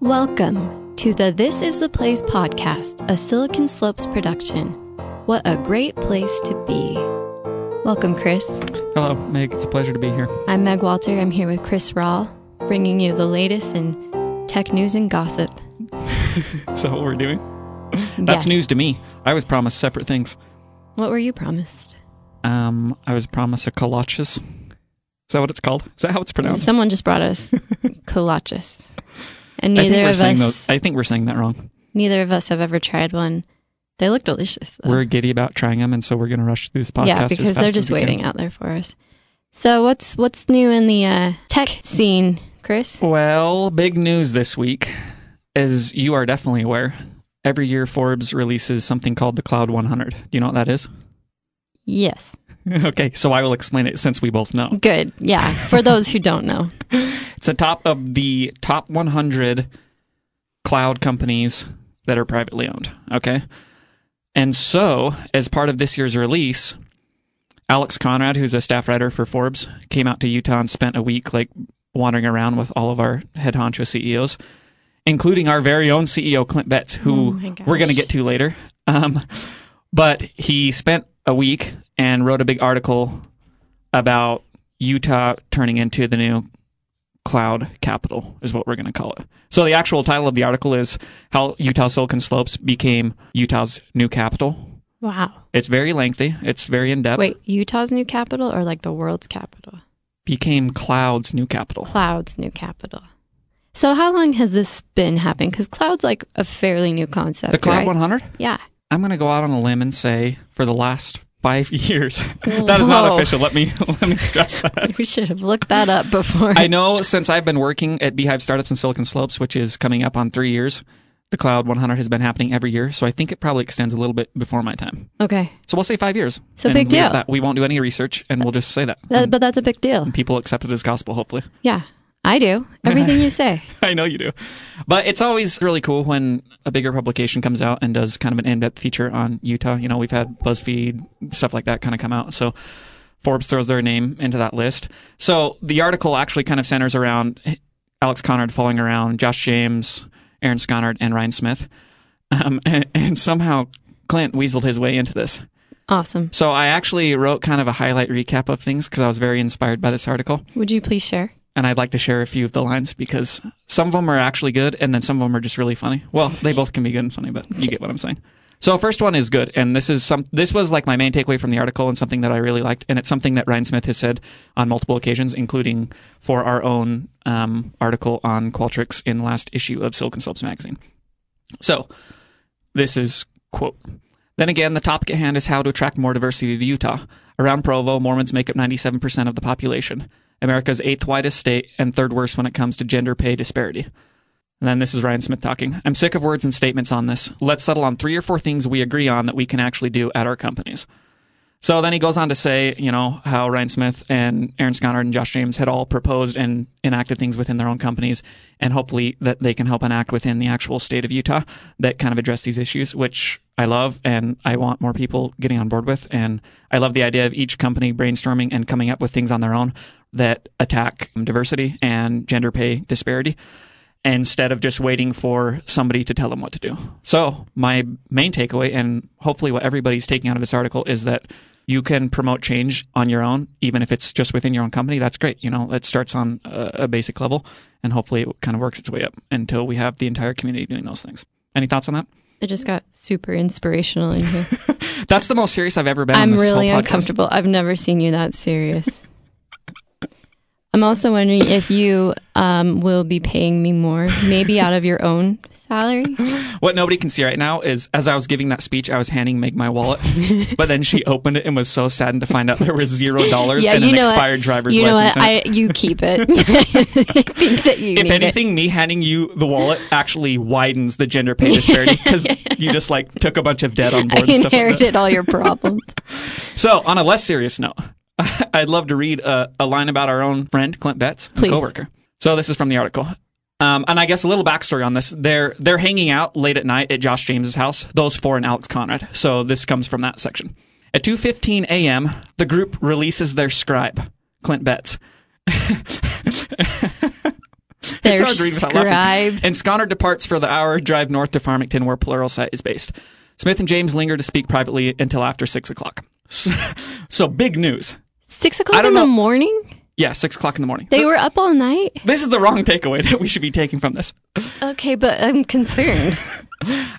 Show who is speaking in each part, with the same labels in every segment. Speaker 1: Welcome to the This is the Place podcast, a Silicon Slopes production. What a great place to be. Welcome, Chris.
Speaker 2: Hello, Meg. It's a pleasure to be here.
Speaker 1: I'm Meg Walter. I'm here with Chris Rawl, bringing you the latest in tech news and gossip.
Speaker 2: Is that what we're doing? That's
Speaker 1: Yes.
Speaker 2: news to me. I was promised separate things.
Speaker 1: What were you promised?
Speaker 2: Um, I was promised a kolaches. Is that what it's called? Is that how it's pronounced?
Speaker 1: Someone just brought us kolaches. And
Speaker 2: I think
Speaker 1: neither
Speaker 2: we're
Speaker 1: of
Speaker 2: saying
Speaker 1: us
Speaker 2: those- I think we're saying that wrong.
Speaker 1: neither of us have ever tried one. They look delicious. Though.
Speaker 2: We're giddy about trying them, and so we're going to rush through this podcast.
Speaker 1: Oh. yeah,
Speaker 2: as
Speaker 1: because
Speaker 2: fast
Speaker 1: they're
Speaker 2: as
Speaker 1: just
Speaker 2: we can.
Speaker 1: waiting out there for us. So what's what's new in the uh, tech scene, Chris?
Speaker 2: Well, big news this week. As you are definitely aware, every year Forbes releases something called the Cloud 100. Do you know what that is?
Speaker 1: Yes.
Speaker 2: okay, so I will explain it since we both know.
Speaker 1: Good. Yeah. For those who don't know.
Speaker 2: It's the top of the top 100 cloud companies that are privately owned. Okay. And so, as part of this year's release, Alex Conrad, who's a staff writer for Forbes, came out to Utah and spent a week like wandering around with all of our head honcho CEOs, including our very own CEO, Clint Betts,
Speaker 1: Oh
Speaker 2: who
Speaker 1: my gosh.
Speaker 2: we're going to get to later. Um, but he spent a week and wrote a big article about Utah turning into the new cloud capital is what we're going to call it. So the actual title of the article is how Utah Silicon Slopes became Utah's new capital.
Speaker 1: Wow.
Speaker 2: It's very lengthy. It's very in depth.
Speaker 1: Wait, Utah's new capital or like the world's capital?
Speaker 2: Became cloud's new capital.
Speaker 1: Cloud's new capital. So how long has this been happening? Because cloud's like a fairly new concept.
Speaker 2: The Cloud
Speaker 1: right?
Speaker 2: 100?
Speaker 1: Yeah.
Speaker 2: I'm going to go out on a limb and say for the last five years. that is not
Speaker 1: Whoa.
Speaker 2: official. Let me let me stress that.
Speaker 1: We should have looked that up before.
Speaker 2: I know since I've been working at Beehive Startups in Silicon Slopes, which is coming up on three years, the Cloud 100 has been happening every year. So I think it probably extends a little bit before my time.
Speaker 1: Okay.
Speaker 2: So we'll say five years.
Speaker 1: So
Speaker 2: And
Speaker 1: big
Speaker 2: we-
Speaker 1: deal.
Speaker 2: That, we won't do any research, and we'll just say that.
Speaker 1: That, but that's a big deal.
Speaker 2: People accept it as gospel, hopefully.
Speaker 1: Yeah. I do. Everything you say.
Speaker 2: I know you do. But it's always really cool when a bigger publication comes out and does kind of an in depth feature on Utah. You know, we've had BuzzFeed, stuff like that kind of come out. So Forbes throws their name into that list. So the article actually kind of centers around Alex Conard falling around, Josh James, Aaron Sconard, and Ryan Smith. Um, and, and somehow Clint weaseled his way into this.
Speaker 1: Awesome.
Speaker 2: So I actually wrote kind of a highlight recap of things because I was very inspired by this article,
Speaker 1: Would you please share?
Speaker 2: and I'd like to share a few of the lines because some of them are actually good, and then some of them are just really funny. Well, they both can be good and funny, but you get what I'm saying. So first one is good, and this is some. This was like my main takeaway from the article, and something that I really liked, and it's something that Ryan Smith has said on multiple occasions, including for our own um, article on Qualtrics in last issue of Silicon Slopes magazine. So, this is quote. Then again, the topic at hand is how to attract more diversity to Utah. Around Provo, Mormons make up 97% of the population, America's eighth widest state and third worst when it comes to gender pay disparity. And then this is Ryan Smith talking. I'm sick of words and statements on this. Let's settle on three or four things we agree on that we can actually do at our companies. So then he goes on to say, you know, how Ryan Smith and Aaron Sconard and Josh James had all proposed and enacted things within their own companies, and hopefully that they can help enact within the actual state of Utah that kind of address these issues, which I love and I want more people getting on board with. And I love the idea of each company brainstorming and coming up with things on their own that attack diversity and gender pay disparity instead of just waiting for somebody to tell them what to do. So, my main takeaway, and hopefully what everybody's taking out of this article, is that you can promote change on your own, even if it's just within your own company. That's great. You know, it starts on a, a basic level, and hopefully it kind of works its way up until we have the entire community doing those things. Any thoughts on that?
Speaker 1: It just got super inspirational in here.
Speaker 2: That's the most serious I've ever been. on
Speaker 1: I'm
Speaker 2: this
Speaker 1: really
Speaker 2: whole podcast.
Speaker 1: uncomfortable. I've never seen you that serious. I'm also wondering if you um, will be paying me more, maybe out of your own salary.
Speaker 2: What nobody can see right now is as I was giving that speech, I was handing Meg my wallet, but then she opened it and was so saddened to find out there was zero dollars
Speaker 1: Yeah,
Speaker 2: and
Speaker 1: you
Speaker 2: an
Speaker 1: know what?
Speaker 2: expired driver's
Speaker 1: you know
Speaker 2: license.
Speaker 1: what?
Speaker 2: in it.
Speaker 1: I you keep it. I think that you
Speaker 2: if
Speaker 1: need it.
Speaker 2: anything, me handing you the wallet actually widens the gender pay disparity because you just like took a bunch of debt on board.
Speaker 1: I
Speaker 2: and stuff like that.
Speaker 1: inherited all your problems.
Speaker 2: So, on a less serious note, I'd love to read a, a line about our own friend Clint Betts,
Speaker 1: Please.
Speaker 2: a coworker. So, this is from the article. Um, and I guess a little backstory on this. They're they're hanging out late at night at Josh James's house. Those four and Alex Conrad. So this comes from that section. At 2:15 a.m., the group releases their scribe, Clint Betts.
Speaker 1: They
Speaker 2: it's
Speaker 1: They're
Speaker 2: hard to read without laughing.
Speaker 1: scribed.
Speaker 2: And Sconner departs for the hour drive north to Farmington, where Pluralsight is based. Smith and James linger to speak privately until after six o'clock. So, so big news.
Speaker 1: Six
Speaker 2: I
Speaker 1: o'clock
Speaker 2: don't
Speaker 1: in the
Speaker 2: know.
Speaker 1: morning?
Speaker 2: Yeah, six o'clock in the morning.
Speaker 1: They were up all night?
Speaker 2: this is the wrong takeaway that we should be taking from this.
Speaker 1: Okay, but I'm concerned.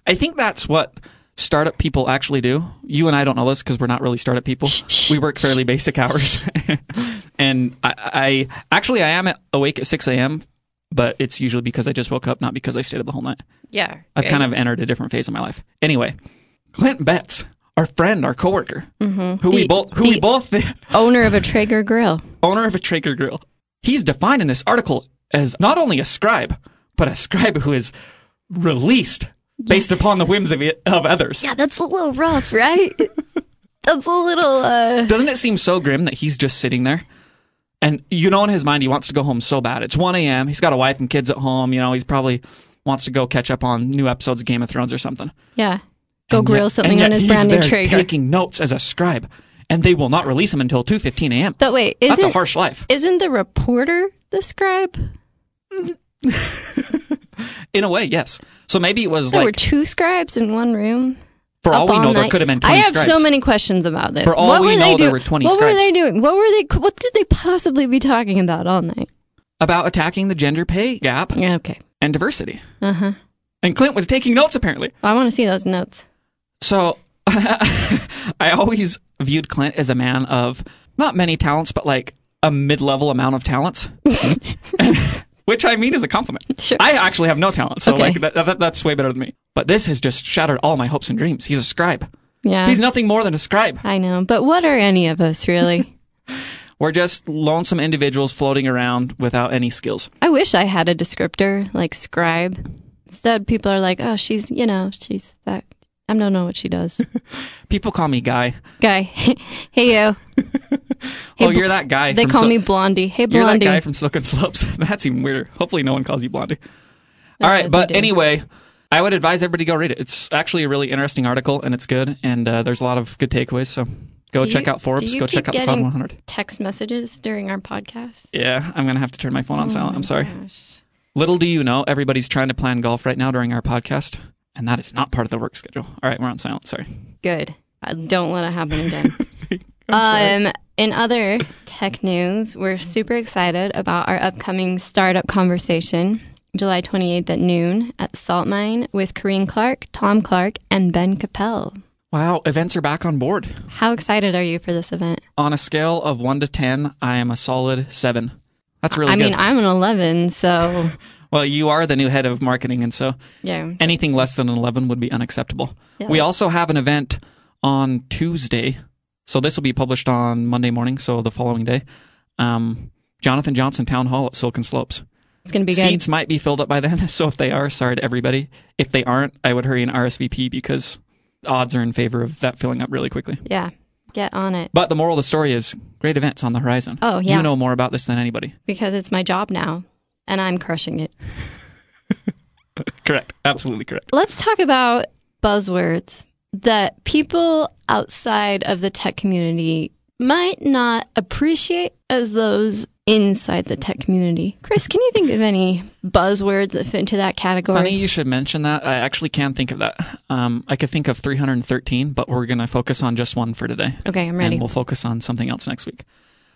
Speaker 2: I think that's what startup people actually do. You and I don't know this because we're not really startup people. we work fairly basic hours, and I, I actually I am at, awake at six a.m. But it's usually because I just woke up, not because I stayed up the whole night.
Speaker 1: yeah.
Speaker 2: I've kind of entered a different phase of my life. Anyway, Clint Betts, our friend, our coworker, who we
Speaker 1: The-
Speaker 2: both, who
Speaker 1: the-
Speaker 2: we both,
Speaker 1: Owner of a Traeger grill.
Speaker 2: owner of a Traeger grill, he's defined in this article as not only a scribe, but a scribe who is released based upon the whims of, e, of others.
Speaker 1: Yeah, that's a little rough, right? that's a little, uh.
Speaker 2: Doesn't it seem so grim that he's just sitting there? And you know, in his mind, he wants to go home so bad. It's 1 a.m. He's got a wife and kids at home. You know, he's probably wants to go catch up on new episodes of Game of Thrones or something.
Speaker 1: Yeah. Go
Speaker 2: And
Speaker 1: grill
Speaker 2: yet-
Speaker 1: something
Speaker 2: and
Speaker 1: on
Speaker 2: yet
Speaker 1: his
Speaker 2: he's
Speaker 1: brand new
Speaker 2: there
Speaker 1: Traeger.
Speaker 2: Taking notes as a scribe, and they will not release him until 2:15 a.m.
Speaker 1: but wait,
Speaker 2: That's a
Speaker 1: isn't,
Speaker 2: harsh life.
Speaker 1: isn't the reporter the scribe?
Speaker 2: In a way, yes. So maybe it was
Speaker 1: There were
Speaker 2: like
Speaker 1: two scribes in one room.
Speaker 2: for all
Speaker 1: up
Speaker 2: we know, there
Speaker 1: night.
Speaker 2: could have been
Speaker 1: I
Speaker 2: 20
Speaker 1: have
Speaker 2: scribes.
Speaker 1: so many questions about this.
Speaker 2: For all
Speaker 1: what
Speaker 2: we
Speaker 1: were
Speaker 2: know,
Speaker 1: they
Speaker 2: there
Speaker 1: doing?
Speaker 2: were 20
Speaker 1: What were
Speaker 2: scribes.
Speaker 1: they doing? What were they? What could they possibly be talking about all night?
Speaker 2: about attacking the gender pay gap
Speaker 1: Yeah, okay.
Speaker 2: and diversity.
Speaker 1: Uh huh.
Speaker 2: And Clint was taking notes apparently.
Speaker 1: I want to see those notes.
Speaker 2: So I always viewed Clint as a man of not many talents, but like a mid-level amount of talents, which I mean is a compliment.
Speaker 1: Sure.
Speaker 2: I actually have no talent, so
Speaker 1: Okay.
Speaker 2: like that, that, that's way better than me. But this has just shattered all my hopes and dreams. He's a scribe.
Speaker 1: Yeah.
Speaker 2: He's nothing more than a scribe.
Speaker 1: I know, but what are any of us really?
Speaker 2: We're just lonesome individuals floating around without any skills.
Speaker 1: I wish I had a descriptor like scribe. Instead, people are like, "Oh, she's you know, she's that." I don't know what she does.
Speaker 2: People call me guy.
Speaker 1: Guy, hey yo. Hey,
Speaker 2: oh,
Speaker 1: bl-
Speaker 2: you're that guy.
Speaker 1: They
Speaker 2: from
Speaker 1: call
Speaker 2: Sil-
Speaker 1: me Blondie. Hey,
Speaker 2: You're that
Speaker 1: Blondie.
Speaker 2: guy from Silken Slopes. That's even weirder. Hopefully, no one calls you Blondie. All
Speaker 1: they
Speaker 2: right, but
Speaker 1: do.
Speaker 2: anyway, I would advise everybody to go read it. It's actually a really interesting article, and it's good, and uh, there's a lot of good takeaways. So go
Speaker 1: Do
Speaker 2: check
Speaker 1: you-
Speaker 2: out Forbes.
Speaker 1: do you
Speaker 2: Go check
Speaker 1: keep
Speaker 2: out the Fun
Speaker 1: getting
Speaker 2: 100.
Speaker 1: Text messages during our podcast.
Speaker 2: Yeah, I'm gonna have to turn my phone on
Speaker 1: Oh
Speaker 2: silent. I'm sorry.
Speaker 1: Gosh.
Speaker 2: Little do you know, everybody's trying to plan golf right now during our podcast, and that is not part of the work schedule. All right, we're on silent. Sorry.
Speaker 1: Good. I don't let it happen again.
Speaker 2: sorry.
Speaker 1: um, in other tech news, we're super excited about our upcoming startup conversation, July 28th at noon at the Salt Mine with Corinne Clark, Tom Clark, and Ben Capel.
Speaker 2: Wow, events are back on board.
Speaker 1: How excited are you for this event?
Speaker 2: On a scale of one to ten, I am a solid seven. That's really
Speaker 1: I
Speaker 2: good.
Speaker 1: mean, I'm an 11, so
Speaker 2: well, you are the new head of marketing, and so
Speaker 1: yeah.
Speaker 2: anything less than an 11 would be unacceptable.
Speaker 1: Yeah.
Speaker 2: We also have an event on Tuesday. So this will be published on Monday morning, so the following day. Um, Jonathan Johnson Town Hall at Silken Slopes.
Speaker 1: It's going to be good.
Speaker 2: Seats might be filled up by then, so if they are, sorry to everybody. If they aren't, I would hurry and RSVP because odds are in favor of that filling up really quickly.
Speaker 1: Yeah. Get on it
Speaker 2: But the moral of the story is great events on the horizon.
Speaker 1: Oh, yeah.
Speaker 2: You know more about this than anybody.
Speaker 1: because it's my job now and I'm crushing it.
Speaker 2: Correct. Absolutely correct.
Speaker 1: Let's talk about buzzwords that people outside of the tech community might not appreciate as those inside the tech community. Chris, can you think of any buzzwords that fit into that category?
Speaker 2: Funny you should mention that. I actually can think of that. Um, I could think of 313, but we're going to focus on just one for today.
Speaker 1: Okay, I'm ready.
Speaker 2: And we'll focus on something else next week.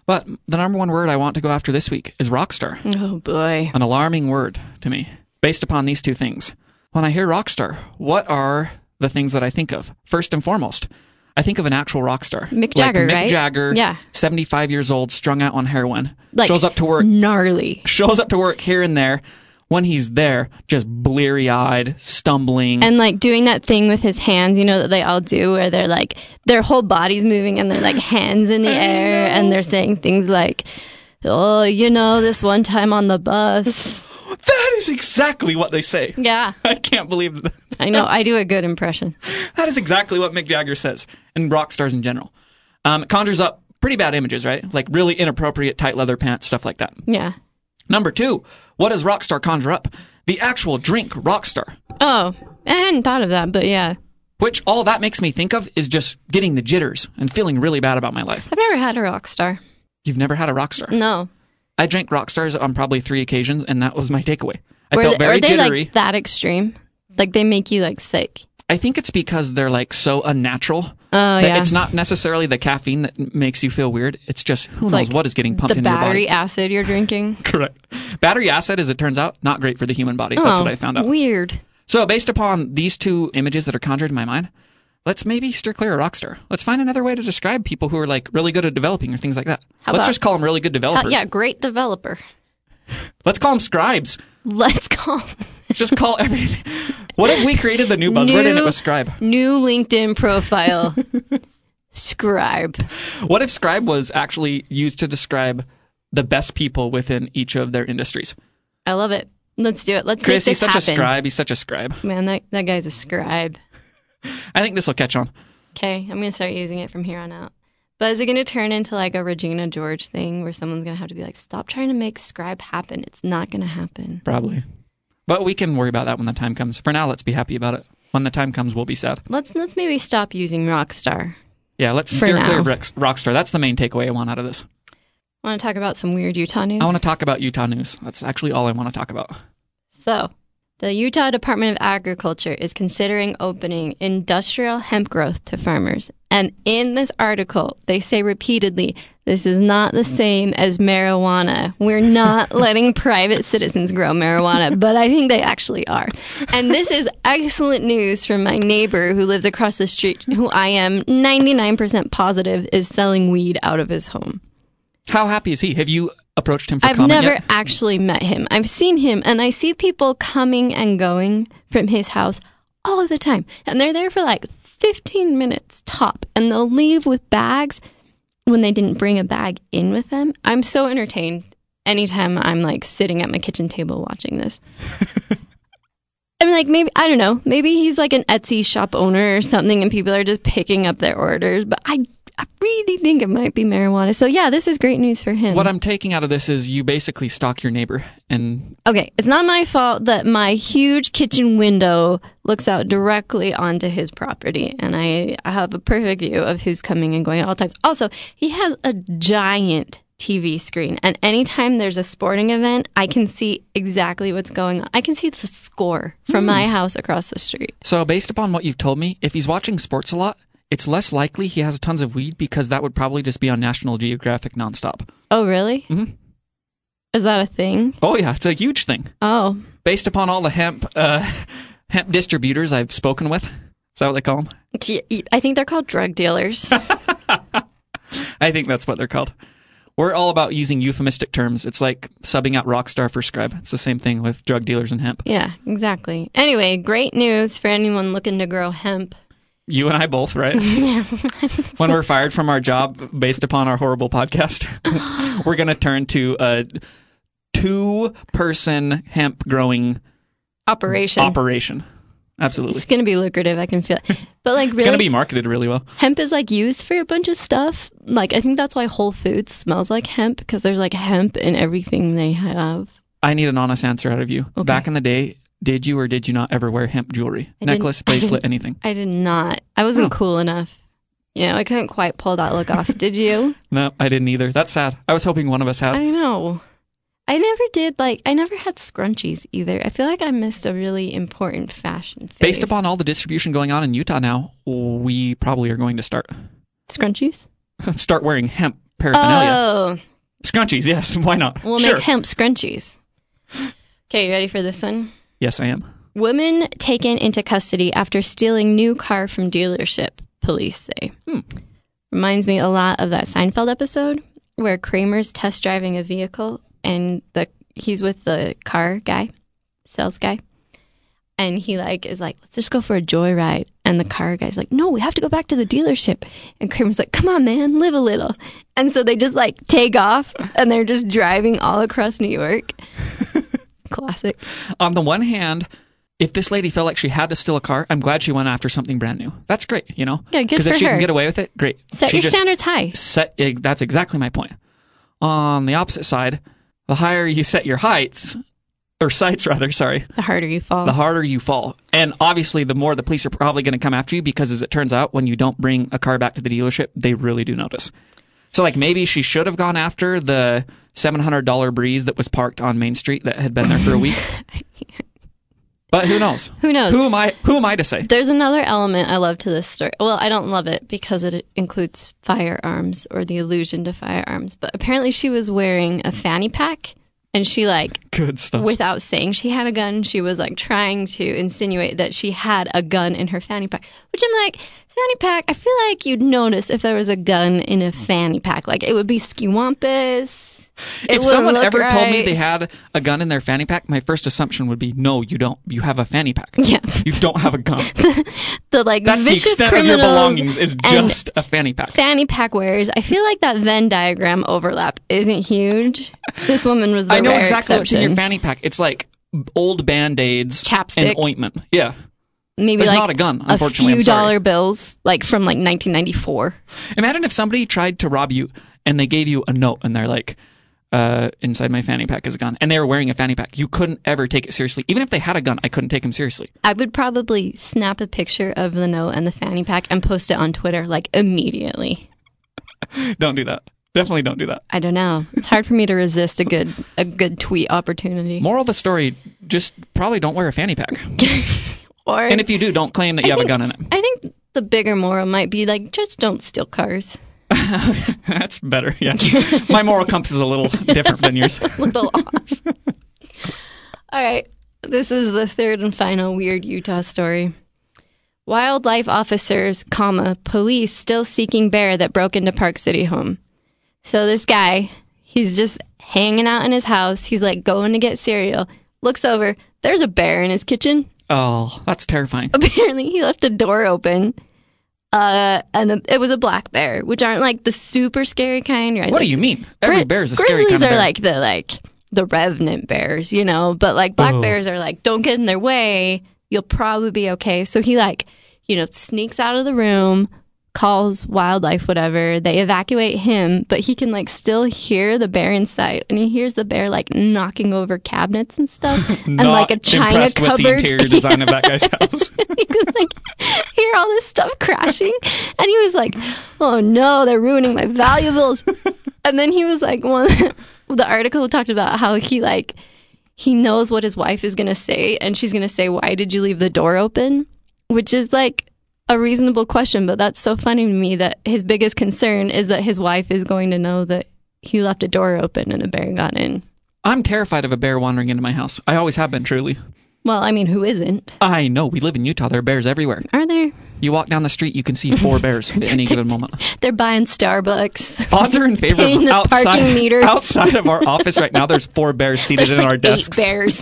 Speaker 2: But the number one word I want to go after this week is rockstar,
Speaker 1: oh boy.
Speaker 2: an alarming word to me, based upon these two things. When I hear rockstar, what are the things that I think of? First and foremost, I think of an actual rock star.
Speaker 1: Mick
Speaker 2: Like
Speaker 1: Jagger,
Speaker 2: Mick
Speaker 1: right?
Speaker 2: Jagger,
Speaker 1: Yeah.
Speaker 2: 75 years old, strung out on heroin.
Speaker 1: Like-
Speaker 2: shows up to work
Speaker 1: Gnarly.
Speaker 2: shows up to work here and there. When he's there, just bleary eyed, stumbling.
Speaker 1: And like doing that thing with his hands, you know, that they all do where they're like, their whole body's moving and they're like hands in the air and they're saying things like, oh, you know, this one time on the bus.
Speaker 2: that is exactly what they say.
Speaker 1: Yeah.
Speaker 2: I can't believe that.
Speaker 1: I know. I do a good impression.
Speaker 2: That is exactly what Mick Jagger says, and rock stars in general. Um, it conjures up pretty bad images, right? Like really inappropriate tight leather pants, stuff like that.
Speaker 1: Yeah.
Speaker 2: Number two, what does rock star conjure up? The actual drink, rock star.
Speaker 1: Oh, I hadn't thought of that, but yeah.
Speaker 2: Which all that makes me think of is just getting the jitters and feeling really bad about my life.
Speaker 1: I've never had a rock star.
Speaker 2: Mm. You've never had a rock star.
Speaker 1: No.
Speaker 2: I drank rock stars on probably three occasions, and that was my takeaway. I
Speaker 1: Were
Speaker 2: felt
Speaker 1: they,
Speaker 2: very
Speaker 1: are they
Speaker 2: jittery.
Speaker 1: like that extreme? Like they make you like sick.
Speaker 2: I think it's because they're like so unnatural.
Speaker 1: Oh
Speaker 2: that
Speaker 1: yeah.
Speaker 2: It's not necessarily the caffeine that m- makes you feel weird. It's just who knows
Speaker 1: like
Speaker 2: what is getting pumped
Speaker 1: the
Speaker 2: into your body.
Speaker 1: battery acid you're drinking.
Speaker 2: Correct. Battery acid, as it turns out, not great for the human body. That's
Speaker 1: oh,
Speaker 2: what I found out.
Speaker 1: Weird.
Speaker 2: so, based upon these two images that are conjured in my mind, let's maybe steer clear of Rockstar. Let's find another way to describe people who are like really good at developing or things like that.
Speaker 1: How
Speaker 2: let's
Speaker 1: about-
Speaker 2: just call them really good
Speaker 1: Uh,
Speaker 2: developers.
Speaker 1: yeah, great developer.
Speaker 2: Let's call them scribes.
Speaker 1: Let's call
Speaker 2: Let's just call everything. What if we created the new buzzword and it
Speaker 1: New-
Speaker 2: was scribe?
Speaker 1: new LinkedIn profile. Scribe.
Speaker 2: What if scribe was actually used to describe the best people within each of their industries?
Speaker 1: I love it. Let's do it. Let's
Speaker 2: Chris,
Speaker 1: make this
Speaker 2: he's such a
Speaker 1: happen.
Speaker 2: scribe. He's such a scribe.
Speaker 1: Man, that, that guy's a scribe.
Speaker 2: I think this will catch on.
Speaker 1: Okay, I'm gonna start using it from here on out. But is it gonna turn into like a Regina George thing where someone's gonna have to be like, stop trying to make scribe happen? It's not gonna happen.
Speaker 2: Probably. But we can worry about that when the time comes. For now, let's be happy about it. When the time comes, we'll be sad.
Speaker 1: Let's let's maybe stop using Rockstar.
Speaker 2: Yeah, let's
Speaker 1: For
Speaker 2: steer clear
Speaker 1: now.
Speaker 2: of Rex- Rockstar. That's the main takeaway I want out of this.
Speaker 1: I wanna talk about some weird Utah news.
Speaker 2: I want to talk about Utah news. That's actually all I want to talk about.
Speaker 1: So, the Utah Department of Agriculture is considering opening industrial hemp growth to farmers. And in this article, they say repeatedly, this is not the same as marijuana. We're not letting private citizens grow marijuana, but I think they actually are. And this is excellent news from my neighbor who lives across the street, who I am 99% positive is selling weed out of his home.
Speaker 2: How happy is he? Have you approached him for
Speaker 1: I've
Speaker 2: comment
Speaker 1: never
Speaker 2: yet?
Speaker 1: actually met him. I've seen him, and I see people coming and going from his house all the time. And they're there for like 15 minutes top, and they'll leave with bags when they didn't bring a bag in with them. I'm so entertained anytime I'm like sitting at my kitchen table watching this. I'm like, maybe, I don't know, maybe he's like an Etsy shop owner or something, and people are just picking up their orders, but I. I really think it might be marijuana. So yeah, this is great news for him.
Speaker 2: What I'm taking out of this is you basically stalk your neighbor and
Speaker 1: Okay, it's not my fault that my huge kitchen window looks out directly onto his property, and I, I have a perfect view of who's coming and going at all times. Also, he has a giant TV screen, and anytime there's a sporting event, I can see exactly what's going on. I can see the score from my house across the street.
Speaker 2: So, based upon what you've told me, if he's watching sports a lot, it's less likely he has tons of weed because that would probably just be on National Geographic nonstop.
Speaker 1: Oh, really?
Speaker 2: Mhm.
Speaker 1: Is that a thing?
Speaker 2: Oh yeah, it's a huge thing.
Speaker 1: Oh,
Speaker 2: Based upon all the hemp uh, hemp distributors I've spoken with, is that what they call them?
Speaker 1: Gee, e, I think they're called drug dealers.
Speaker 2: I think that's what they're called. We're all about using euphemistic terms. It's like subbing out Rockstar for Scribe. It's the same thing with drug dealers and hemp.
Speaker 1: yeah, exactly. Anyway, great news for anyone looking to grow hemp.
Speaker 2: You and I both, right? when we're fired from our job based upon our horrible podcast, we're going to turn to a two person hemp growing
Speaker 1: Operation.
Speaker 2: operation. Absolutely.
Speaker 1: It's going to be lucrative. I can feel it. But like,
Speaker 2: It's going
Speaker 1: really,
Speaker 2: to be marketed really well.
Speaker 1: hemp is like used for a bunch of stuff. Like, I think that's why Whole Foods smells like hemp because there's like hemp in everything they have.
Speaker 2: I need an honest answer out of you.
Speaker 1: Okay.
Speaker 2: Back in the day, did you or did you not ever wear hemp jewelry?
Speaker 1: I didn't-
Speaker 2: Necklace,
Speaker 1: I didn't.
Speaker 2: bracelet, anything?
Speaker 1: I did not. I wasn't cool enough. You know, I couldn't quite pull that look off. Did you?
Speaker 2: No, I didn't either. That's sad. I was hoping one of us had.
Speaker 1: I know. I never did. Like, I never had scrunchies either. I feel like I missed a really important fashion. Phase.
Speaker 2: Based upon all the distribution going on in Utah now, we probably are going to start
Speaker 1: scrunchies.
Speaker 2: start wearing hemp paraphernalia.
Speaker 1: Oh,
Speaker 2: Scrunchies, yes. Why not?
Speaker 1: we'll
Speaker 2: sure.
Speaker 1: make hemp scrunchies. Okay, you ready for this one?
Speaker 2: Yes, I am.
Speaker 1: Woman taken into custody after stealing new car from dealership, police say.
Speaker 2: Hmm.
Speaker 1: Reminds me a lot of that Seinfeld episode where Kramer's test driving a vehicle and the he's with the car guy, sales guy. And he like is like, let's just go for a joyride. And the car guy's like, no, we have to go back to the dealership. And Kramer's like, come on, man, live a little. And so they just like take off and they're just driving all across New York. Classic.
Speaker 2: On the one hand, if this lady felt like she had to steal a car, I'm glad she went after something brand new. That's great, you know?
Speaker 1: Yeah, good
Speaker 2: Because if
Speaker 1: for
Speaker 2: she can
Speaker 1: her.
Speaker 2: get away with it, great.
Speaker 1: Set
Speaker 2: she
Speaker 1: your
Speaker 2: just
Speaker 1: standards high.
Speaker 2: set eh, that's exactly my point. On the opposite side, the higher you set your heights or sights rather, sorry,
Speaker 1: the harder you fall.
Speaker 2: the harder you fall. And obviously the more the police are probably going to come after you because as it turns out when you don't bring a car back to the dealership, they really do notice. So like maybe she should have gone after the $700 breeze that was parked on Main Street that had been there for a week. but who knows?
Speaker 1: Who knows?
Speaker 2: Who am I who am I to say?
Speaker 1: There's another element I love to this story. Well, I don't love it because it includes firearms or the allusion to firearms, but apparently she was wearing a fanny pack and she like
Speaker 2: Good stuff.
Speaker 1: without saying she had a gun, she was like trying to insinuate that she had a gun in her fanny pack, which I'm like, fanny pack, I feel like you'd notice if there was a gun in a fanny pack. Like it would be skewampus. It
Speaker 2: if
Speaker 1: wouldn't
Speaker 2: someone
Speaker 1: look
Speaker 2: ever told me
Speaker 1: right.
Speaker 2: they had a gun in their fanny pack, my first assumption would be no, you don't. You have a fanny pack.
Speaker 1: Yeah.
Speaker 2: You don't have a gun.
Speaker 1: the like
Speaker 2: That's the
Speaker 1: vicious
Speaker 2: extent of your
Speaker 1: criminals
Speaker 2: belongings is
Speaker 1: and
Speaker 2: just a fanny pack.
Speaker 1: fanny pack wearers. I feel like that Venn diagram overlap isn't huge. This woman was the
Speaker 2: I know
Speaker 1: rare
Speaker 2: exactly what's in your
Speaker 1: exception.
Speaker 2: fanny pack. It's like old band aids,
Speaker 1: Chapstick.
Speaker 2: and ointment. Yeah.
Speaker 1: Maybe
Speaker 2: There's
Speaker 1: like
Speaker 2: not a gun, unfortunately,
Speaker 1: few
Speaker 2: I'm sorry.
Speaker 1: dollar bills, like from like 1994.
Speaker 2: Imagine if somebody tried to rob you and they gave you a note and they're like, uh, inside my fanny pack is a gun. And they were wearing a fanny pack. You couldn't ever take it seriously. Even if they had a gun, I couldn't take them seriously.
Speaker 1: I would probably snap a picture of the note and the fanny pack and post it on Twitter like immediately.
Speaker 2: Don't do that. Definitely don't do that.
Speaker 1: I don't know. It's hard for me to resist a good a good tweet opportunity.
Speaker 2: Moral of the story, just probably don't wear a fanny pack.
Speaker 1: or
Speaker 2: And if you do, don't claim that you have a gun in it.
Speaker 1: I think the bigger moral might be like just don't steal cars.
Speaker 2: That's better. Yeah. My moral compass is a little different than yours.
Speaker 1: little off. All right. This is the third and final weird Utah story. Wildlife officers, comma, police still seeking bear that broke into Park City home. So this guy, he's just hanging out in his house. He's like going to get cereal. Looks over, there's a bear in his kitchen.
Speaker 2: Oh, that's terrifying.
Speaker 1: Apparently, he left a door open. Uh, and uh, it was a black bear, which aren't like the super scary kind. Right?
Speaker 2: What
Speaker 1: Like,
Speaker 2: do you mean? Every
Speaker 1: Gri-
Speaker 2: bear is a
Speaker 1: grizzlies
Speaker 2: scary kind of
Speaker 1: are
Speaker 2: bear.
Speaker 1: like the like the revenant bears, you know. But like black
Speaker 2: Oh.
Speaker 1: bears are like, don't get in their way. You'll probably be okay. So he like, you know, sneaks out of the room, calls wildlife, whatever. They evacuate him, but he can like still hear the bear inside, and he hears the bear like knocking over cabinets and stuff, and like a china
Speaker 2: impressed with the
Speaker 1: cupboard.
Speaker 2: interior design of that guy's house.
Speaker 1: he could like hear all this stuff crashing and he was like oh no they're ruining my valuables and then he was like one of the, the article talked about how he like he knows what his wife is going to say and she's going to say why did you leave the door open which is like a reasonable question but that's so funny to me that his biggest concern is that his wife is going to know that he left a door open and a bear got in
Speaker 2: I'm terrified of a bear wandering into my house. I always have been, truly.
Speaker 1: well i mean who isn't
Speaker 2: I know. We live in Utah. There are bears everywhere.
Speaker 1: are there
Speaker 2: You walk down the street, you can see four bears at any given moment.
Speaker 1: they're buying starbucks
Speaker 2: Odds are in favor
Speaker 1: Paying
Speaker 2: of
Speaker 1: the
Speaker 2: outside,
Speaker 1: parking meters.
Speaker 2: outside of our office right now. There's four bears seated
Speaker 1: There's
Speaker 2: in
Speaker 1: like
Speaker 2: our
Speaker 1: eight
Speaker 2: desks.
Speaker 1: bears.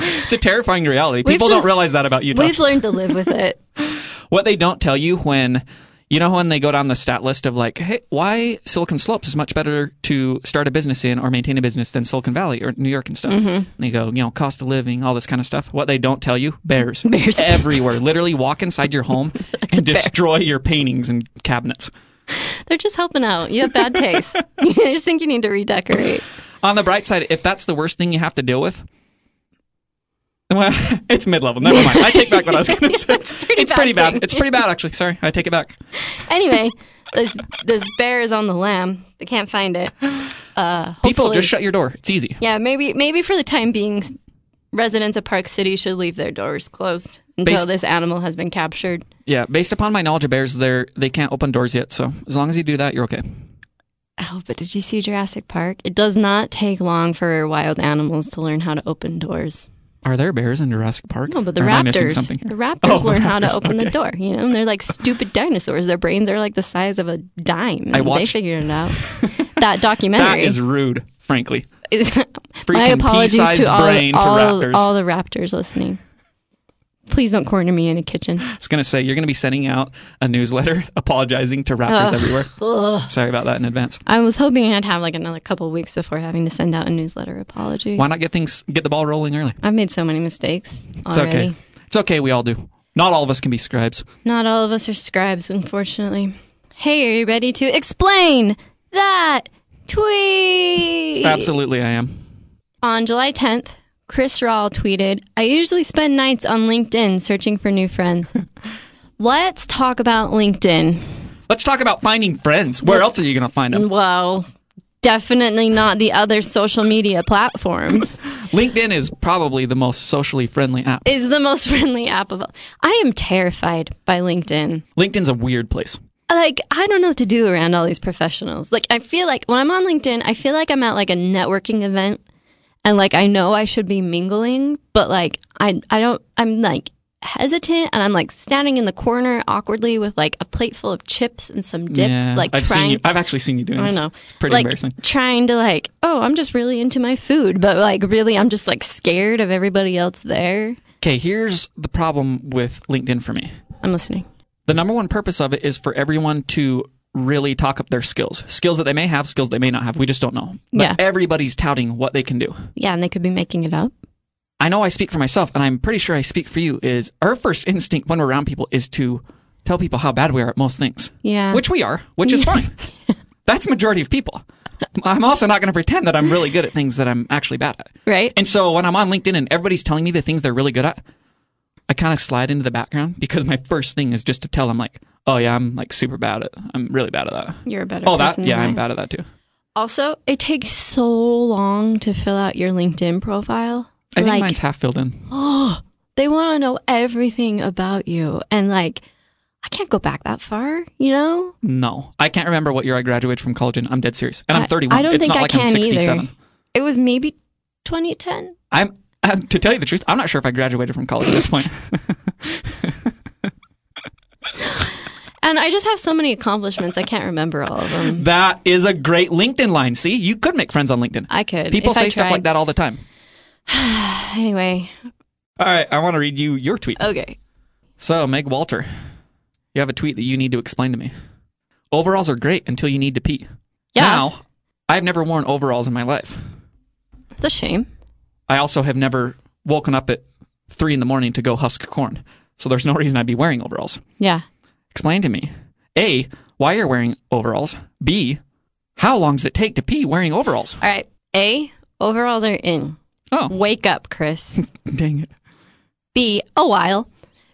Speaker 2: It's a terrifying reality.
Speaker 1: We've
Speaker 2: People
Speaker 1: just-
Speaker 2: don't realize that about Utah.
Speaker 1: We've learned to live with it.
Speaker 2: What they don't tell you when, you know, when they go down the stat list of like, hey, why Silicon Slopes is much better to start a business in or maintain a business than Silicon Valley or New York and stuff.
Speaker 1: Mm-hmm.
Speaker 2: And they go, you know, cost of living, all this kind of stuff. What they don't tell you, bears,
Speaker 1: Bears.
Speaker 2: everywhere. Literally walk inside your home and destroy your paintings and cabinets.
Speaker 1: They're just helping out. You have bad taste. I just think you need to redecorate.
Speaker 2: On the bright side, if that's the worst thing you have to deal with, well, it's mid level. Never mind. I take back what I was going to say.
Speaker 1: It's a pretty
Speaker 2: it's pretty
Speaker 1: bad
Speaker 2: bad.
Speaker 1: thing.
Speaker 2: It's pretty bad, actually. Sorry, I take it back.
Speaker 1: Anyway, this this bear is on the lamb. They can't find it. Uh,
Speaker 2: People,
Speaker 1: hopefully-
Speaker 2: just shut your door. It's easy.
Speaker 1: Yeah, maybe maybe for the time being, residents of Park City should leave their doors closed until
Speaker 2: Bas-
Speaker 1: this animal has been captured.
Speaker 2: Yeah, based upon my knowledge of bears, they're they can't open doors yet. So as long as you do that, you're okay.
Speaker 1: Oh, but did you see Jurassic Park? It does not take long for wild animals to learn how to open doors.
Speaker 2: Are there bears in Jurassic Park?
Speaker 1: No, but the
Speaker 2: Or am I missing
Speaker 1: raptors,
Speaker 2: something
Speaker 1: the
Speaker 2: here?
Speaker 1: raptors
Speaker 2: Oh, the
Speaker 1: learn how to
Speaker 2: raptors,
Speaker 1: open the
Speaker 2: okay.
Speaker 1: door, you know, and they're like stupid dinosaurs. Their brains are like the size of a dime. and they
Speaker 2: watched-
Speaker 1: figured it out. that
Speaker 2: That
Speaker 1: documentary.
Speaker 2: is rude, frankly.
Speaker 1: my
Speaker 2: freaking
Speaker 1: apologies
Speaker 2: pea-sized
Speaker 1: to all,
Speaker 2: brain to
Speaker 1: all,
Speaker 2: raptors.
Speaker 1: all the raptors listening. Please don't corner me in a kitchen.
Speaker 2: I was gonna say you're gonna be sending out a newsletter apologizing to raptors everywhere. Sorry about that in advance.
Speaker 1: I was hoping I'd have like another couple weeks before having to send out a newsletter apology.
Speaker 2: Why not get things get the ball rolling early?
Speaker 1: I've made so many mistakes
Speaker 2: It's
Speaker 1: already.
Speaker 2: okay. It's okay. We all do. Not all of us can be scribes.
Speaker 1: Not all of us are scribes, unfortunately. Hey, are you ready to explain that tweet?
Speaker 2: Absolutely, I am.
Speaker 1: On July 10th, Chris Rawl tweeted, I usually spend nights on LinkedIn searching for new friends. Let's talk about LinkedIn. Mm.
Speaker 2: Let's talk about finding friends. Where else are you gonna find them?
Speaker 1: Well, definitely not the other social media platforms.
Speaker 2: LinkedIn is probably the most socially friendly app.
Speaker 1: Is the most friendly app of all. I am terrified by LinkedIn.
Speaker 2: LinkedIn's a weird place.
Speaker 1: Like, I don't know what to do around all these professionals. Like, I feel like when I'm on LinkedIn, I feel like I'm at like a networking event and like I know I should be mingling, but like I I don't I'm like hesitant and I'm like standing in the corner awkwardly with like a plate full of chips and some dip
Speaker 2: yeah,
Speaker 1: like
Speaker 2: I've
Speaker 1: trying
Speaker 2: seen you. I've actually seen you doing
Speaker 1: I
Speaker 2: this.
Speaker 1: know.
Speaker 2: It's pretty
Speaker 1: like
Speaker 2: embarrassing.
Speaker 1: trying to like, oh, I'm just really into my food, but like really I'm just like scared of everybody else there.
Speaker 2: Okay, here's the problem with LinkedIn for me.
Speaker 1: I'm listening.
Speaker 2: The number one purpose of it is for everyone to really talk up their skills. Skills that they may have, skills they may not have. We just don't know. But
Speaker 1: Yeah.
Speaker 2: everybody's touting what they can do.
Speaker 1: Yeah, and they could be making it up.
Speaker 2: I know I speak for myself, and I'm pretty sure I speak for you, is our first instinct when we're around people is to tell people how bad we are at most things.
Speaker 1: Yeah.
Speaker 2: Which we are, which is fine. That's majority of people. I'm also not going to pretend that I'm really good at things that I'm actually bad at.
Speaker 1: Right?
Speaker 2: And so when I'm on LinkedIn and everybody's telling me the things they're really good at, I kind of slide into the background because my first thing is just to tell them like, oh yeah, I'm like super bad at, I'm really bad at that.
Speaker 1: You're a better
Speaker 2: Oh that,
Speaker 1: person.
Speaker 2: yeah,
Speaker 1: than
Speaker 2: I'm
Speaker 1: I.
Speaker 2: bad at that too.
Speaker 1: Also, it takes so long to fill out your LinkedIn profile.
Speaker 2: I think
Speaker 1: like
Speaker 2: mine's half filled in.
Speaker 1: they want to know everything about you and like I can't go back that far, you know?
Speaker 2: No, I can't remember what year I graduated from college, and I'm dead serious. And
Speaker 1: I-
Speaker 2: I'm 31.
Speaker 1: I don't
Speaker 2: it's
Speaker 1: think
Speaker 2: not
Speaker 1: I
Speaker 2: like I'm
Speaker 1: can either.
Speaker 2: 67.
Speaker 1: It was maybe 2010.
Speaker 2: I'm, I'm to tell you the truth, I'm not sure if I graduated from college at this point.
Speaker 1: And I just have so many accomplishments. I can't remember all of them.
Speaker 2: that is a great LinkedIn line. See, you could make friends on LinkedIn.
Speaker 1: I could.
Speaker 2: People
Speaker 1: if
Speaker 2: say
Speaker 1: I
Speaker 2: stuff like
Speaker 1: tried.
Speaker 2: that all the time.
Speaker 1: Anyway,
Speaker 2: All right, I want to read you your tweet.
Speaker 1: okay.
Speaker 2: So, Meg Walter, you have a tweet that you need to explain to me. Overalls are great until you need to pee.
Speaker 1: Yeah.
Speaker 2: Now, I've never worn overalls in my life.
Speaker 1: It's a shame.
Speaker 2: I also have never woken up at three in the morning to go husk corn. So there's no reason I'd be wearing overalls.
Speaker 1: Yeah.
Speaker 2: Explain to me. A, why you're wearing overalls. B, how long does it take to pee wearing overalls?
Speaker 1: All right. A, overalls are in.
Speaker 2: Oh,
Speaker 1: Wake up, Chris.
Speaker 2: dang it.
Speaker 1: B, a while.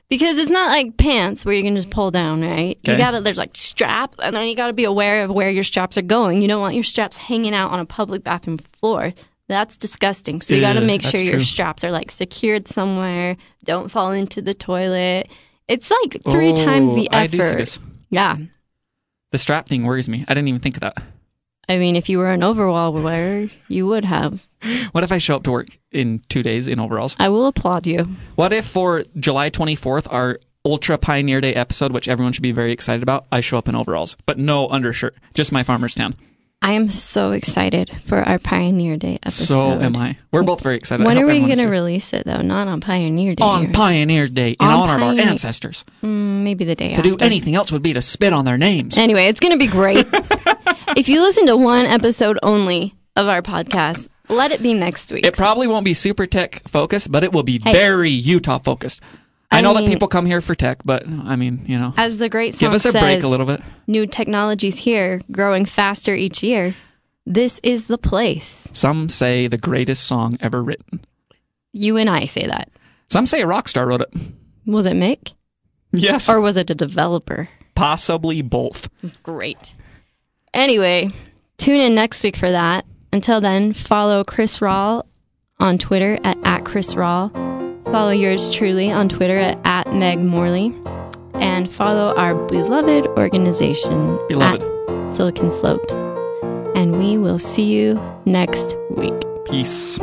Speaker 1: Because it's not like pants where you can just pull down, right? You
Speaker 2: Okay.
Speaker 1: gotta, there's like strap, and then you gotta be aware of where your straps are going. You don't want your straps hanging out on a public bathroom floor. That's disgusting. So you gotta
Speaker 2: Ew,
Speaker 1: make
Speaker 2: that's
Speaker 1: sure your
Speaker 2: true.
Speaker 1: straps are like secured somewhere, don't fall into the toilet. It's like three
Speaker 2: Oh,
Speaker 1: times the effort.
Speaker 2: I do see this.
Speaker 1: Yeah.
Speaker 2: The strap thing worries me. I didn't even think of that.
Speaker 1: I mean, if you were an overall wearer, you would have.
Speaker 2: What if I show up to work in two days in overalls?
Speaker 1: I will applaud you.
Speaker 2: What if for July 24th, our Ultra Pioneer Day episode, which everyone should be very excited about, I show up in overalls, but no undershirt, just my farmer's town.
Speaker 1: I am so excited for our Pioneer Day episode.
Speaker 2: So am I. We're both very excited.
Speaker 1: When
Speaker 2: I
Speaker 1: are
Speaker 2: hope
Speaker 1: we
Speaker 2: everyone is
Speaker 1: going to
Speaker 2: too.
Speaker 1: release it, though? Not on Pioneer Day.
Speaker 2: on
Speaker 1: or-
Speaker 2: Pioneer Day in
Speaker 1: On
Speaker 2: honor of
Speaker 1: Pioneer-
Speaker 2: our ancestors?
Speaker 1: Mm, maybe the day
Speaker 2: To
Speaker 1: after.
Speaker 2: do anything else would be to spit on their names.
Speaker 1: Anyway, it's going to be great. if you listen to one episode only of our podcast, let it be next week.
Speaker 2: It probably won't be super tech focused, but it will be very Utah focused. I,
Speaker 1: I
Speaker 2: know that
Speaker 1: mean-
Speaker 2: people come here for tech, but I mean, you know,
Speaker 1: As the great song
Speaker 2: give us a
Speaker 1: says,
Speaker 2: break a little bit.
Speaker 1: new technologies here, growing faster each year. This is the place.
Speaker 2: Some say the greatest song ever written.
Speaker 1: You and I say that.
Speaker 2: Some say a rock star wrote it.
Speaker 1: Was it Mick?
Speaker 2: Yes,
Speaker 1: Or was it a developer?
Speaker 2: possibly both.
Speaker 1: Great. Anyway, tune in next week for that. Until then, follow Chris Rawl on Twitter at, at Chris Rawl. Follow yours truly on Twitter at, at Meg Morley. And follow our beloved organization
Speaker 2: Beloved.
Speaker 1: at Silicon Slopes. And we will see you next week.
Speaker 2: Peace.